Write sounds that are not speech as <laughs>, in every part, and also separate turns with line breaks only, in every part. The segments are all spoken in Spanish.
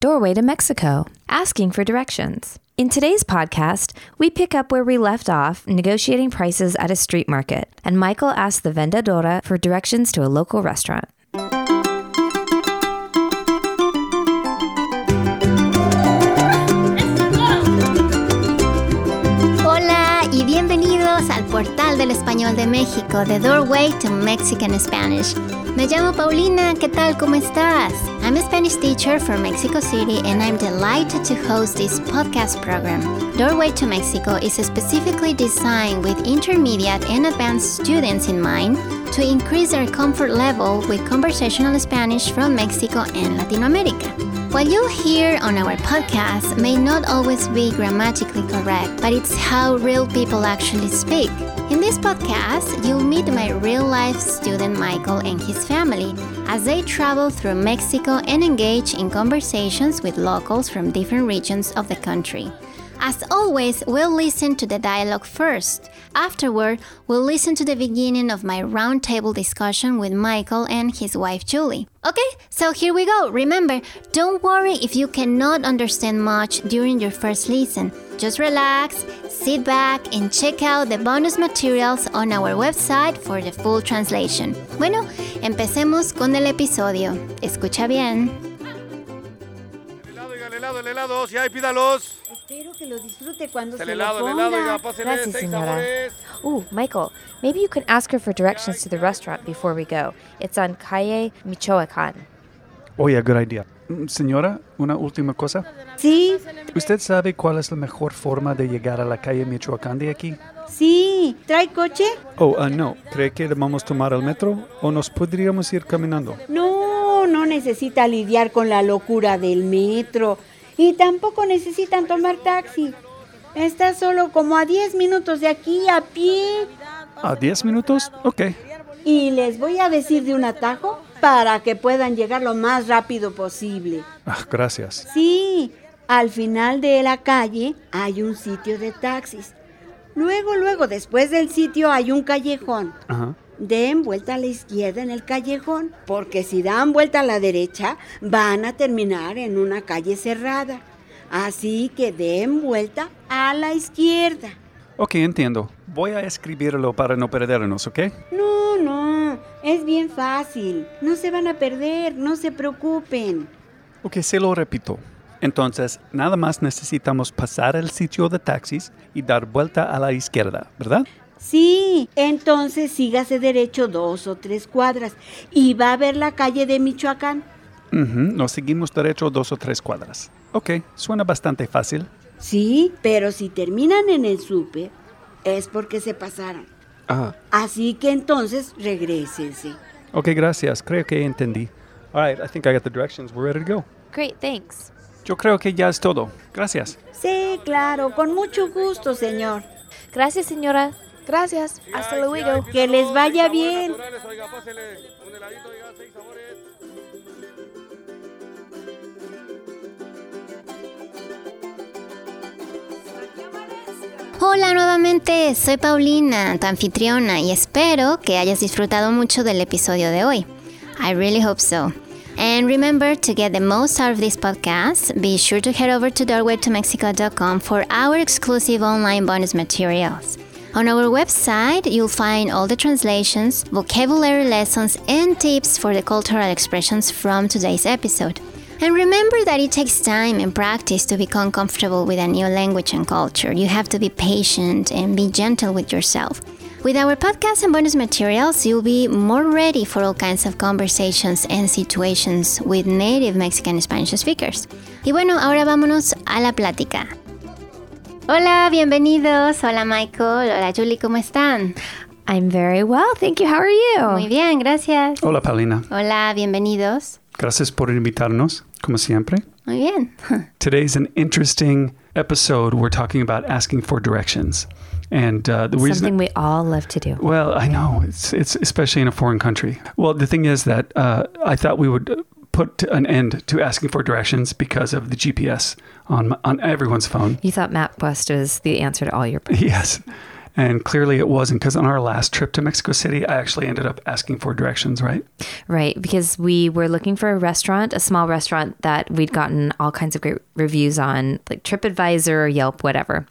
Doorway to Mexico, asking for directions. In today's podcast, we pick up where we left off negotiating prices at a street market, and Michael asks the vendedora for directions to a local restaurant.
Hola y bienvenidos al portal del español de México, The Doorway to Mexican Spanish. Me llamo Paulina, ¿qué tal? ¿Cómo estás? I'm a Spanish teacher from Mexico City and I'm delighted to host this podcast program. Doorway to Mexico is specifically designed with intermediate and advanced students in mind to increase their comfort level with conversational Spanish from Mexico and Latin America. What you hear on our podcast may not always be grammatically correct, but it's how real people actually speak. In this podcast, you'll meet my real life student Michael and his family as they travel through Mexico and engage in conversations with locals from different regions of the country. As always, we'll listen to the dialogue first. Afterward, we'll listen to the beginning of my roundtable discussion with Michael and his wife Julie. Okay, so here we go. Remember, don't worry if you cannot understand much during your first listen. Just relax, sit back, and check out the bonus materials on our website for the full translation. Bueno, empecemos con el episodio. Escucha bien.
El helado, oiga, el helado, el helado, si hay, pídalos.
Espero que lo disfrute cuando
El
se lo
helado, el
ponga.
helado, oiga, pásele,
Gracias,
seis
señora.
sabores.
Ooh, Michael, maybe you can ask her for directions to the restaurant before we go. It's on Calle Michoacan.
Oh, yeah, good idea. Mm, Señora, una última cosa.
Sí,
¿Usted sabe cuál es la mejor forma de llegar a la calle Michoacán de aquí?
sí. ¿Trae coche?
Oh, ah, no. ¿Cree que debamos tomar el metro o nos podríamos ir caminando?
No, no necesita lidiar con la locura del metro. Y tampoco necesitan tomar taxi. Está solo como a 10 minutos de aquí a pie.
¿A 10 minutos? Ok.
Y les voy a decir de un atajo para que puedan llegar lo más rápido posible.
Ah, gracias.
Sí, al final de la calle hay un sitio de taxis. Luego, luego, después del sitio hay un callejón.
Ajá.
Den vuelta a la izquierda en el callejón, porque si dan vuelta a la derecha, van a terminar en una calle cerrada. Así que den vuelta a la izquierda.
Ok, entiendo. Voy a escribirlo para no perdernos, ¿ok?
No, no, es bien fácil. No se van a perder, no se preocupen.
Ok, se lo repito. Entonces, nada más necesitamos pasar el sitio de taxis y dar vuelta a la izquierda, ¿verdad?
Sí, entonces sígase derecho dos o tres cuadras y va a ver la calle de Michoacán.
Ujú, Nos seguimos derecho dos o tres cuadras. Ok, suena bastante fácil.
Sí, pero si terminan en el súper, es porque se pasaron.
Ah,
Así que entonces regrésense.
ok, gracias. Creo que entendí. All right, I think I got the directions. We're ready to go.
Great, thanks.
Yo creo que ya es todo. Gracias.
Sí, claro, con mucho gusto, señor.
Gracias, señora. Gracias. Hasta luego.
Que les vaya bien.
Naturales, oiga, pásele. Un heladito, oiga, seis sabores.
Hola nuevamente, soy Paulina, tu anfitriona, y espero que hayas disfrutado mucho del episodio de hoy. I really hope so. And remember, to get the most out of this podcast, be sure to head over to doorwaytomexico.com for our exclusive online bonus materials. On our website, you'll find all the translations, vocabulary lessons, and tips for the cultural expressions from today's episode. And remember that it takes time and practice to become comfortable with a new language and culture. You have to be patient and be gentle with yourself. With our podcast and bonus materials, you'll be more ready for all kinds of conversations and situations with native Mexican Spanish speakers. Y bueno, ahora vámonos a la plática. Hola, bienvenidos. Hola Michael, hola Julie, ¿cómo están?
I'm very well, thank you. How are you?
Muy bien, gracias.
Hola, Paulina.
Hola, bienvenidos.
Gracias por invitarnos, como siempre.
Muy bien. <laughs>
Today's an interesting episode. We're talking about asking for directions. And uh, the reason.
Something we all love to do.
Well, I know it's it's especially in a foreign country. Well, the thing is that uh, I thought we would put an end to asking for directions because of the GPS on my, on everyone's phone.
You thought MapQuest was the answer to all your
Yes, And clearly it wasn't because on our last trip to Mexico City, I actually ended up asking for directions, right?
Right, because we were looking for a restaurant, a small restaurant that we'd gotten all kinds of great reviews on, like TripAdvisor or Yelp, whatever.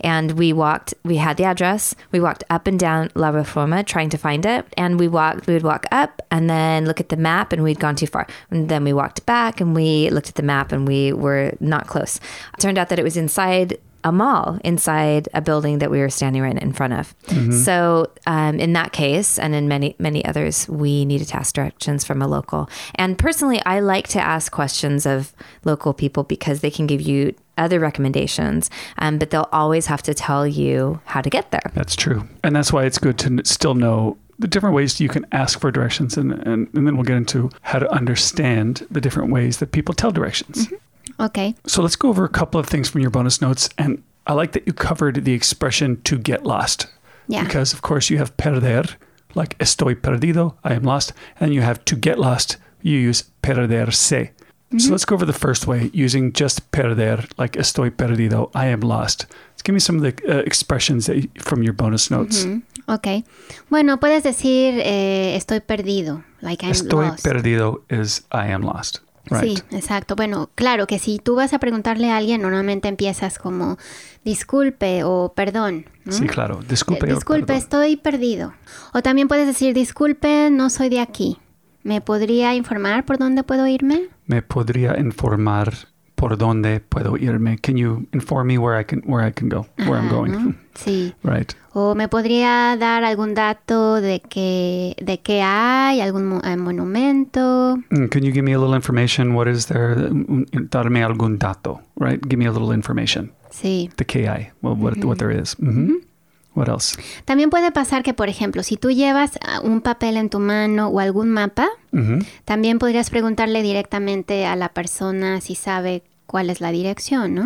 And we walked, we had the address, we walked up and down La Reforma trying to find it. And we walked, we would walk up and then look at the map and we'd gone too far. And then we walked back and we looked at the map and we were not close. turned out that it was inside a mall inside a building that we were standing right in front of. So, um, in that case, and in many many others, we needed to ask directions from a local. And personally, I like to ask questions of local people because they can give you other recommendations, um, but they'll always have to tell you how to get there.
That's true. And that's why it's good to n- still know the different ways you can ask for directions. And, and, and then we'll get into how to understand the different ways that people tell directions.
Ok.
So let's go over a couple of things from your bonus notes. And I like that you covered the expression to get lost.
Yeah.
Because, of course, you have perder, like estoy perdido, I am lost. And you have to get lost, you use perderse. So
Mm-hmm.
let's go over the first way using just perder, like estoy perdido, I am lost. Let's give me some of the uh, expressions that you, from your bonus notes.
Mm-hmm. Ok. Bueno, puedes decir eh, estoy perdido. Like I'm
Estoy
lost.
perdido is I am lost. Right.
Sí, exacto. Bueno, claro que si tú vas a preguntarle a alguien, normalmente empiezas como disculpe o perdón. ¿no?
Sí, claro. Disculpe.
Eh,
o
disculpe,
perdón.
estoy perdido. O también puedes decir disculpe, no soy de aquí. ¿Me podría informar por dónde puedo irme?
Me podría informar por dónde puedo irme. Can you inform me where I can where I can go, where I'm
Ah,
going?
¿no? Sí.
Right.
O me podría dar algún dato de que de qué hay, algún mo- eh, monumento.
Mm, Can you give me a little information? What is there? Mm, Darme algún dato. Right. Give me a little information.
Sí.
The KI. Well, what what there is. Mm-hmm. What else?
También puede pasar que, por ejemplo, si tú llevas ah, un papel en tu mano o algún mapa,
Mm-hmm.
También podrías preguntarle directamente a la persona si sabe cuál es la dirección, ¿no?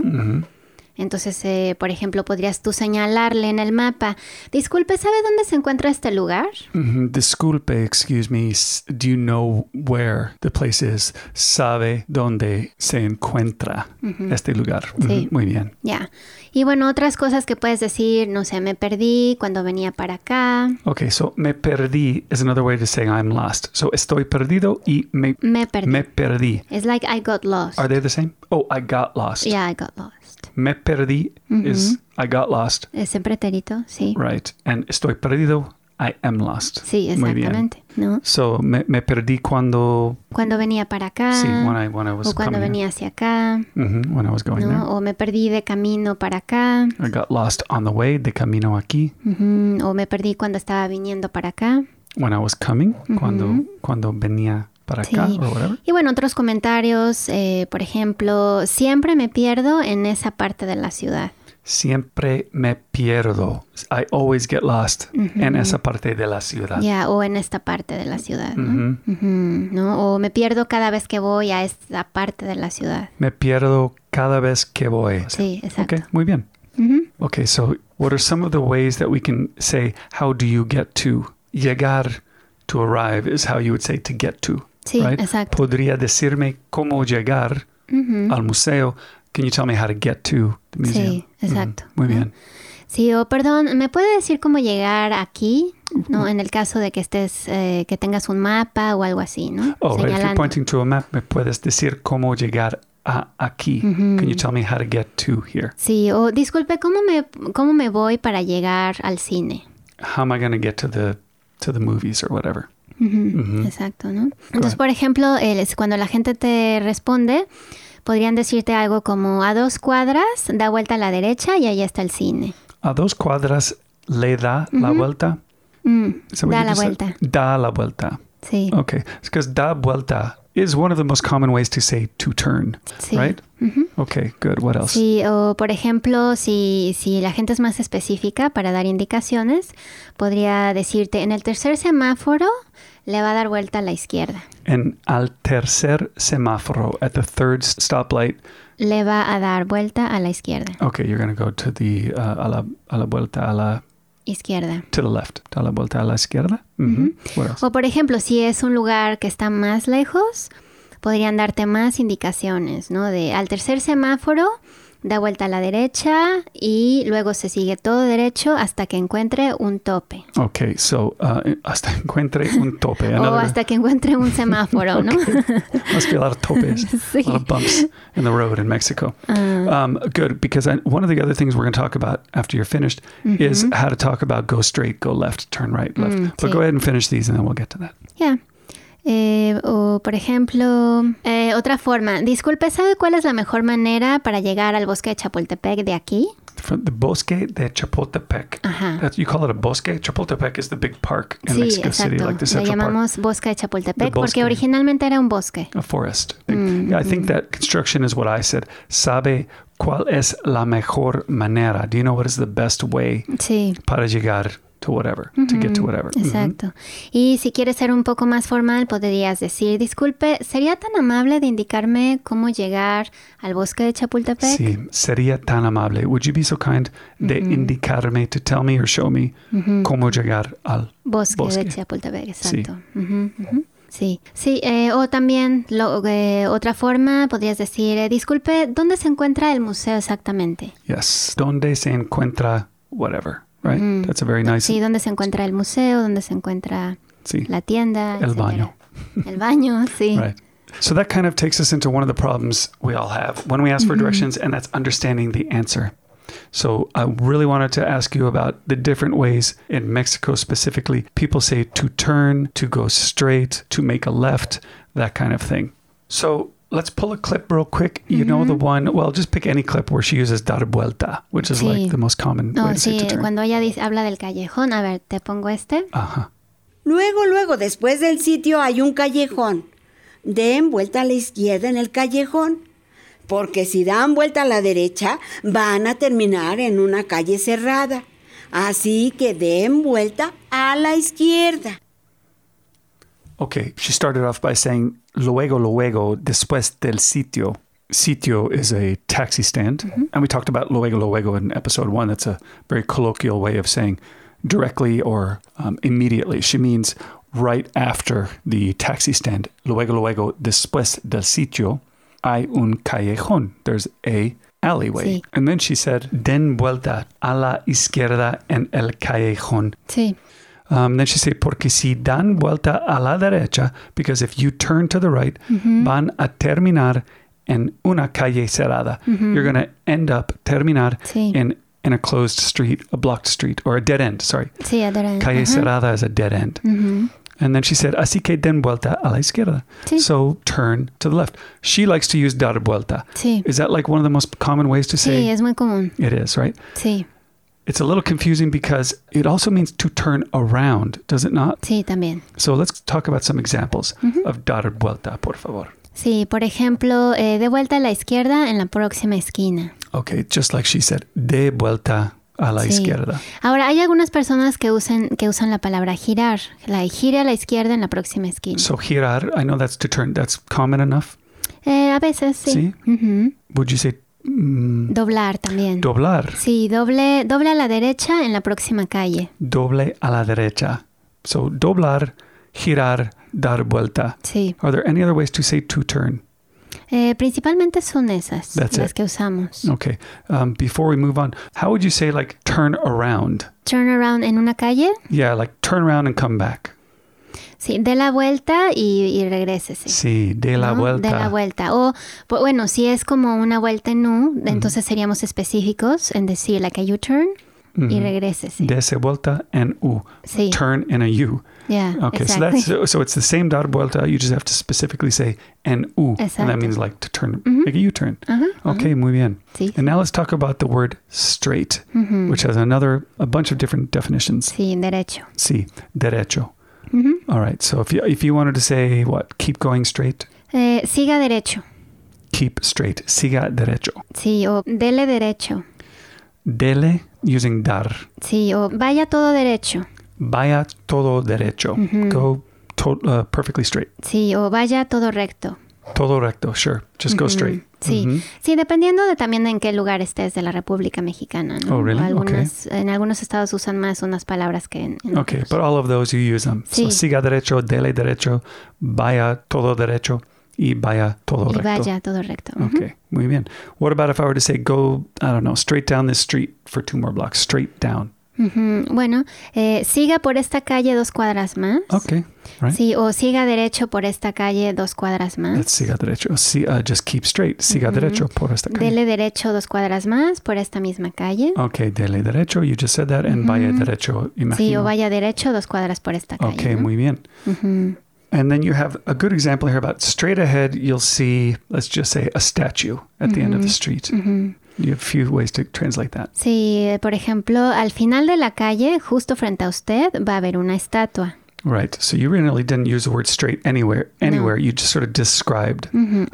Entonces, eh, por ejemplo, podrías tú señalarle en el mapa, disculpe, ¿sabe dónde se encuentra este lugar?
hmm Disculpe. Excuse me. s- Do you know where the place is? Sabe dónde se encuentra este lugar.
Sí.
Mhm, Muy bien.
Ya. Y bueno, otras cosas que puedes decir, no sé, me perdí cuando venía para acá,
Okay, so me perdí is another way to saying I'm lost. So estoy perdido y me
me Mm, perdí.
me perdí.
It's like I got lost.
Are they the same? Oh, I got lost.
Yeah, Mm-hmm. I got lost.
Me perdi is I got lost,
¿Es en pretérito? Sí.
right? And estoy perdido, I am lost.
Sí,
Muy bien.
exactamente, ¿no?
So me, me perdí cuando
Cuando venía para acá.
sí when I when I was
Ah, o cuando
coming
venía hacia acá,
here. Mhm, when I was going
¿no? O me perdí de camino para acá.
there. I got lost on the way de camino aquí.
Ujú, O me perdí cuando estaba viniendo para acá.
When I was coming, cuando cuando venía para acá
Mm-hmm. Sí.
or whatever.
Y bueno, otros comentarios, eh, por ejemplo, siempre me pierdo en esa parte de la ciudad.
Siempre me pierdo. I always get lost en esa parte de la
Ya,
ciudad.
o en esta parte de la ciudad, ¿no?
Ujú.
Ujú, ¿no? O me pierdo cada vez que voy a esta parte de la ciudad.
Me pierdo cada vez que voy.
Sí, exacto.
Okay, muy bien.
Ujú.
Okay, so what are some of the ways that we can say, how do you get to? Llegar, to arrive, is how you would say to get to.
Sí,
right?
exacto.
Podría decirme cómo llegar al museo. Can you tell me how to get to the museum?
Sí, exacto.
Muy bien.
Sí, o perdón, ¿me puede decir cómo llegar aquí? No, en el caso de que estés, eh, que tengas un mapa o algo así, ¿no?
Oh, right. if you're
Señalando.
pointing to a map, me puedes decir cómo llegar a aquí.
Mm-hmm.
Can you tell me how to get to here?
Sí, o disculpe, ¿cómo me, ¿cómo me voy para llegar al cine?
How am I going to get to the to the movies or whatever?
Exacto, ¿no? Entonces, por ejemplo, el- es cuando la gente te responde, podrían decirte algo como a dos cuadras, da vuelta a la derecha y ahí está el cine.
A dos cuadras le da la vuelta.
Mm-hmm. Mm,
Is that what
Da
you
la
just said?
vuelta.
Da la vuelta.
sí,
Okay. because da vuelta is one of the most common ways to say to turn,
sí. Mm-hmm.
right? Okay, good. What else?
Sí, o por ejemplo, si, si la gente es más específica para dar indicaciones, podría decirte en el tercer semáforo le va a dar vuelta a la izquierda,
And al tercer semáforo, at the third s- stoplight.
le va a dar vuelta a la izquierda,
Okay, you're going to go to the uh, a, la, a la vuelta a la
izquierda.
to the left. Da la vuelta a la izquierda. hmm What else?
O por ejemplo, si es un lugar que está más lejos, podrían darte más indicaciones, ¿no? De al tercer semáforo, da vuelta a la derecha y luego se sigue todo derecho hasta que encuentre un tope.
Okay, so uh, hasta encuentre un
<laughs>
tope.
O
Another,
Oh,
<laughs>
hasta que encuentre un semáforo, ¿no?
must be a lot of topes,
<laughs>
a lot of bumps in the road in Mexico.
Ah.
Um, good, because I, one of the other things we're going to talk about after you're finished is how to talk about go straight, go left, turn right, left. but
Mm-hmm. Mm, sí.
go ahead and finish these, and then we'll get to that.
Ya. Eh, o por ejemplo, eh, otra forma. Disculpe, ¿sabe cuál es la mejor manera para llegar al bosque de Chapultepec de aquí?
From the Bosque de Chapultepec.
Ajá.
That, you call it a bosque? Chapultepec is the big park in
sí,
Mexico City,
exacto.
like the
Le
Central Park.
llamamos bosque de Chapultepec
The bosque.
porque originalmente era un bosque.
A forest. Yeah, I think that construction is what I said. Sabe cuál es la mejor manera? Do you know what is the best way
Sí.
para llegar to whatever, to get to whatever? Mhm.
Exacto. Y si quieres ser un poco más formal, podrías decir, disculpe, ¿sería tan amable de indicarme cómo llegar al bosque de Chapultepec?
Sí, sería tan amable. Would you be so kind de indicarme, to tell me or show me cómo llegar al
Bosque, de
Bosque.
Chapultepec,
Sí.
exacto. Ujú, ujú. Sí, sí, eh, o también lo- eh, otra forma podrías decir, eh, disculpe, ¿dónde se encuentra el museo exactamente?
Yes. Donde se encuentra whatever, right? That's a very nice.
Sí, ¿dónde se encuentra el museo? ¿Dónde se encuentra
sí.
la tienda?
El
etcétera?
baño.
El baño, sí.
<laughs> Right. So that kind of takes us into one of the problems we all have when we ask
Mm-hmm.
for directions, and that's understanding the answer. So I really wanted to ask you about the different ways in Mexico specifically people say to turn, to go straight, to make a left, that kind of thing. So let's pull a clip real quick. You know
Mm-hmm.
the one, well, just pick any clip where she uses dar vuelta, which is
Sí.
like the most common way
No,
to
sí,
say to turn.
cuando ella dice- habla del callejón, a ver, te pongo este.
uh-huh.
Luego, luego, después del sitio hay un callejón. Den vuelta a la izquierda en el callejón. Porque si dan vuelta a la derecha, van a terminar en una calle cerrada. Así que den vuelta a la izquierda.
Okay, she started off by saying luego, luego, después del sitio. Sitio is a taxi stand. And we talked about luego, luego in episode one. That's a very colloquial way of saying directly or um, immediately. She means right after the taxi stand. Luego, luego, después del sitio, hay un callejón. There's a alleyway.
Sí.
And then she said, den vuelta a la izquierda en el callejón.
Sí.
Um, then she say, porque si dan vuelta a la derecha, because if you turn to the right,
Mm-hmm.
van a terminar en una calle cerrada. You're going to end up, terminar,
Mm-hmm. Sí.
in, in a closed street, a blocked street, or a dead end, sorry.
Sí, adelante.
Calle
Ajá.
cerrada is a dead end. And then she said, así que den vuelta a la izquierda.
Mm-hmm. Sí.
So turn to the left. She likes to use dar vuelta.
Sí.
Is that like one of the most common ways to say
Sí, es muy común.
it is, right?
Sí,
It's a little confusing because it also means to turn around, does it not?
sí, también.
So let's talk about some examples
Mm-hmm.
of dar vuelta, por favor.
Sí, por ejemplo, eh, de vuelta a la izquierda en la próxima esquina.
Okay, just like she said, de vuelta a la
Sí.
izquierda.
Ahora, hay algunas personas que usan, que usan la palabra girar, la de gire a la izquierda en la próxima esquina.
So girar, I know that's to turn. That's common enough.
Eh, a veces sí. Mm-hmm.
Sí.
Ujú.
Would you say mm,
Doblar también.
doblar?
sí, doble, doble a la derecha en la próxima calle.
Doble a la derecha. So doblar, girar, dar vuelta.
Sí.
Are there any other ways to say to turn?
Eh, principalmente son esas
That's
las
it.
que usamos.
Okay. Um, before we move on, how would you say like turn around?
Turn around en una calle.
Yeah, like turn around and come back.
Sí, de la vuelta y, y regrésese.
Sí, de la
¿no?
vuelta.
Ah, De la vuelta. O, bu- bueno, si es como una vuelta en U, entonces seríamos específicos en decir, like a U-turn y regrésese.
De esa vuelta and u.
Sí.
Turn and a u.
yeah,
Okay,
exactly.
so that's so it's the same dar vuelta. You just have to specifically say en u, and that
Exacto.
means like to turn, make a U-turn. okay, muy bien.
Mm-hmm. Uh-huh, Sí. Mm-hmm.
And now let's talk about the word straight, which has another a bunch of different definitions.
Sí, Mm-hmm. derecho.
Sí, derecho. All right, so if you if you wanted to say what, keep going straight,
Eh, siga derecho.
keep straight, siga derecho.
Sí, o dele derecho.
Dele using dar.
Sí, o vaya todo derecho.
Vaya todo derecho.
Mm-hmm.
Go to, uh, perfectly straight.
Sí, o vaya todo recto.
Todo recto, sure. Just go straight.
Mm-hmm. Sí,
Mhm.
sí, dependiendo de también en qué lugar estés de la República Mexicana, ¿no?
Oh, really?
O algunas- En algunos estados usan más unas palabras que en, en
Okay,
otros.
but all of those you use them.
Sí.
So siga derecho, dele derecho, vaya todo derecho, y vaya todo
Y
recto.
vaya todo recto. Ujú.
Okay, muy bien. What about if I were to say go, I don't know, straight down this street for two more blocks, straight down?
Ujú. Bueno, eh, siga por esta calle dos cuadras más.
Okay, right?
Sí, o siga derecho por esta calle dos cuadras más.
That's siga derecho. Si, uh, just keep straight. Siga derecho por esta calle.
Dele derecho dos cuadras más por esta misma calle.
Okay, dele derecho. You just said that. And vaya derecho, imagino.
Sí, o vaya derecho dos cuadras por esta calle.
Okay,
¿no?
muy bien. And then you have a good example here about straight ahead, you'll see, let's just say, a statue at the end of the street. You have a few ways to translate that.
Sí, eh, por ejemplo, al final de la calle, justo frente a usted, va a haber una estatua.
Right. So you really didn't use the word straight anywhere. Anywhere. You just sort of described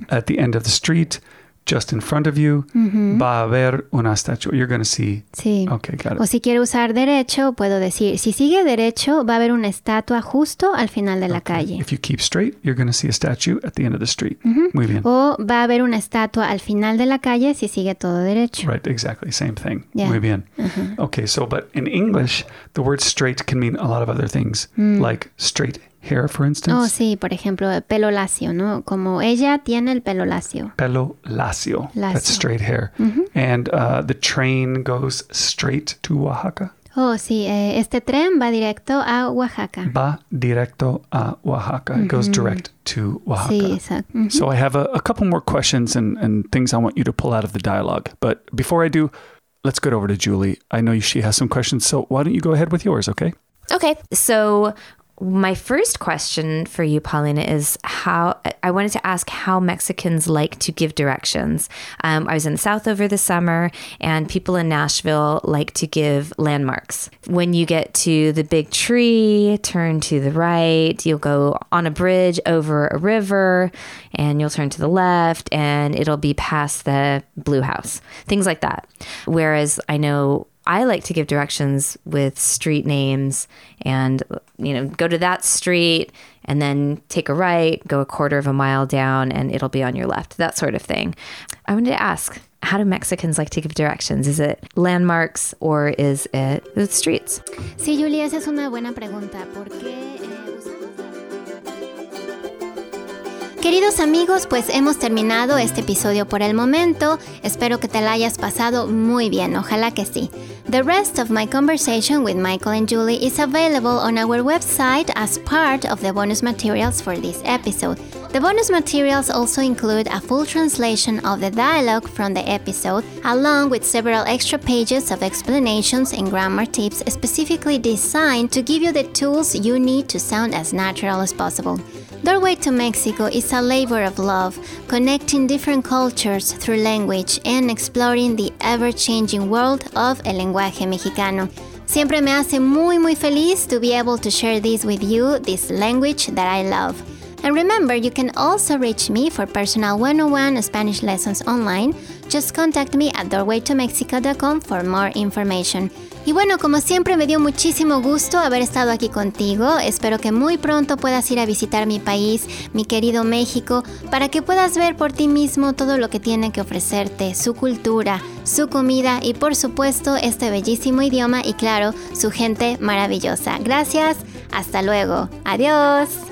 at the end of the street, just in front of you, va a haber una estatua. You're going to see.
Sí.
Okay, got
O
it.
si quiere usar derecho, puedo decir, si sigue derecho, va a haber una estatua justo al final de la calle.
If you keep straight, you're going to see a statue at the end of the street. Muy bien.
O va a haber una estatua al final de la calle si sigue todo derecho.
Right, exactly. Same thing.
Yeah. Mm-hmm.
Muy bien. Okay, so, but in English, the word straight can mean a lot of other things, like straight hair, for
Hmm. Oh,
instance.
sí, por ejemplo, el pelo lacio, ¿no? Como ella tiene el pelo lacio.
Pelo lacio.
Lacio.
That's
Mm-hmm.
straight hair. And uh, the train goes straight to Oaxaca.
Oh, sí, eh, este tren va directo a Oaxaca.
Va directo a Oaxaca. It goes
Mm-hmm.
direct to Oaxaca.
Sí, exacto. Mm.
So I have a, a couple more questions and, and things I want you to pull out of the dialogue. But before I do, let's get over to Julie. I know she has some questions, so why don't you go ahead with yours, okay?
Okay. So, my first question for you, Paulina, is how I wanted to ask how Mexicans like to give directions. Um, I was in the South over the summer, and people in Nashville like to give landmarks. When you get to the big tree, turn to the right, you'll go on a bridge over a river, and you'll turn to the left, and it'll be past the blue house, things like that. Whereas I know I like to give directions with street names and, you know, go to that street and then take a right, go a quarter of a mile down, and it'll be on your left, that sort of thing. I wanted to ask how do Mexicans like to give directions? Is it landmarks or is it the streets?
Sí, Julia, esa es una buena pregunta. ¿Por qué? eh, usamos la- Queridos amigos, pues hemos terminado este episodio por el momento. Espero que te la hayas pasado muy bien, ojalá que sí. The rest of my conversation with Michael and Julie is available on our website as part of the bonus materials for this episode. The bonus materials also include a full translation of the dialogue from the episode, along with several extra pages of explanations and grammar tips specifically designed to give you the tools you need to sound as natural as possible. Doorway to Mexico is a labor of love, connecting different cultures through language and exploring the ever changing world of el lenguaje mexicano. Siempre me hace muy, muy feliz to be able to share this with you, this language that I love. And remember, you can also reach me for personal 101 Spanish lessons online. Just contact me at doorwaytomexico.com for more information. Y bueno, como siempre me dio muchísimo gusto haber estado aquí contigo. Espero que muy pronto puedas ir a visitar mi país, mi querido México, para que puedas ver por ti mismo todo lo que tiene que ofrecerte, su cultura, su comida y por supuesto este bellísimo idioma y claro, su gente maravillosa. Gracias, hasta luego. Adiós.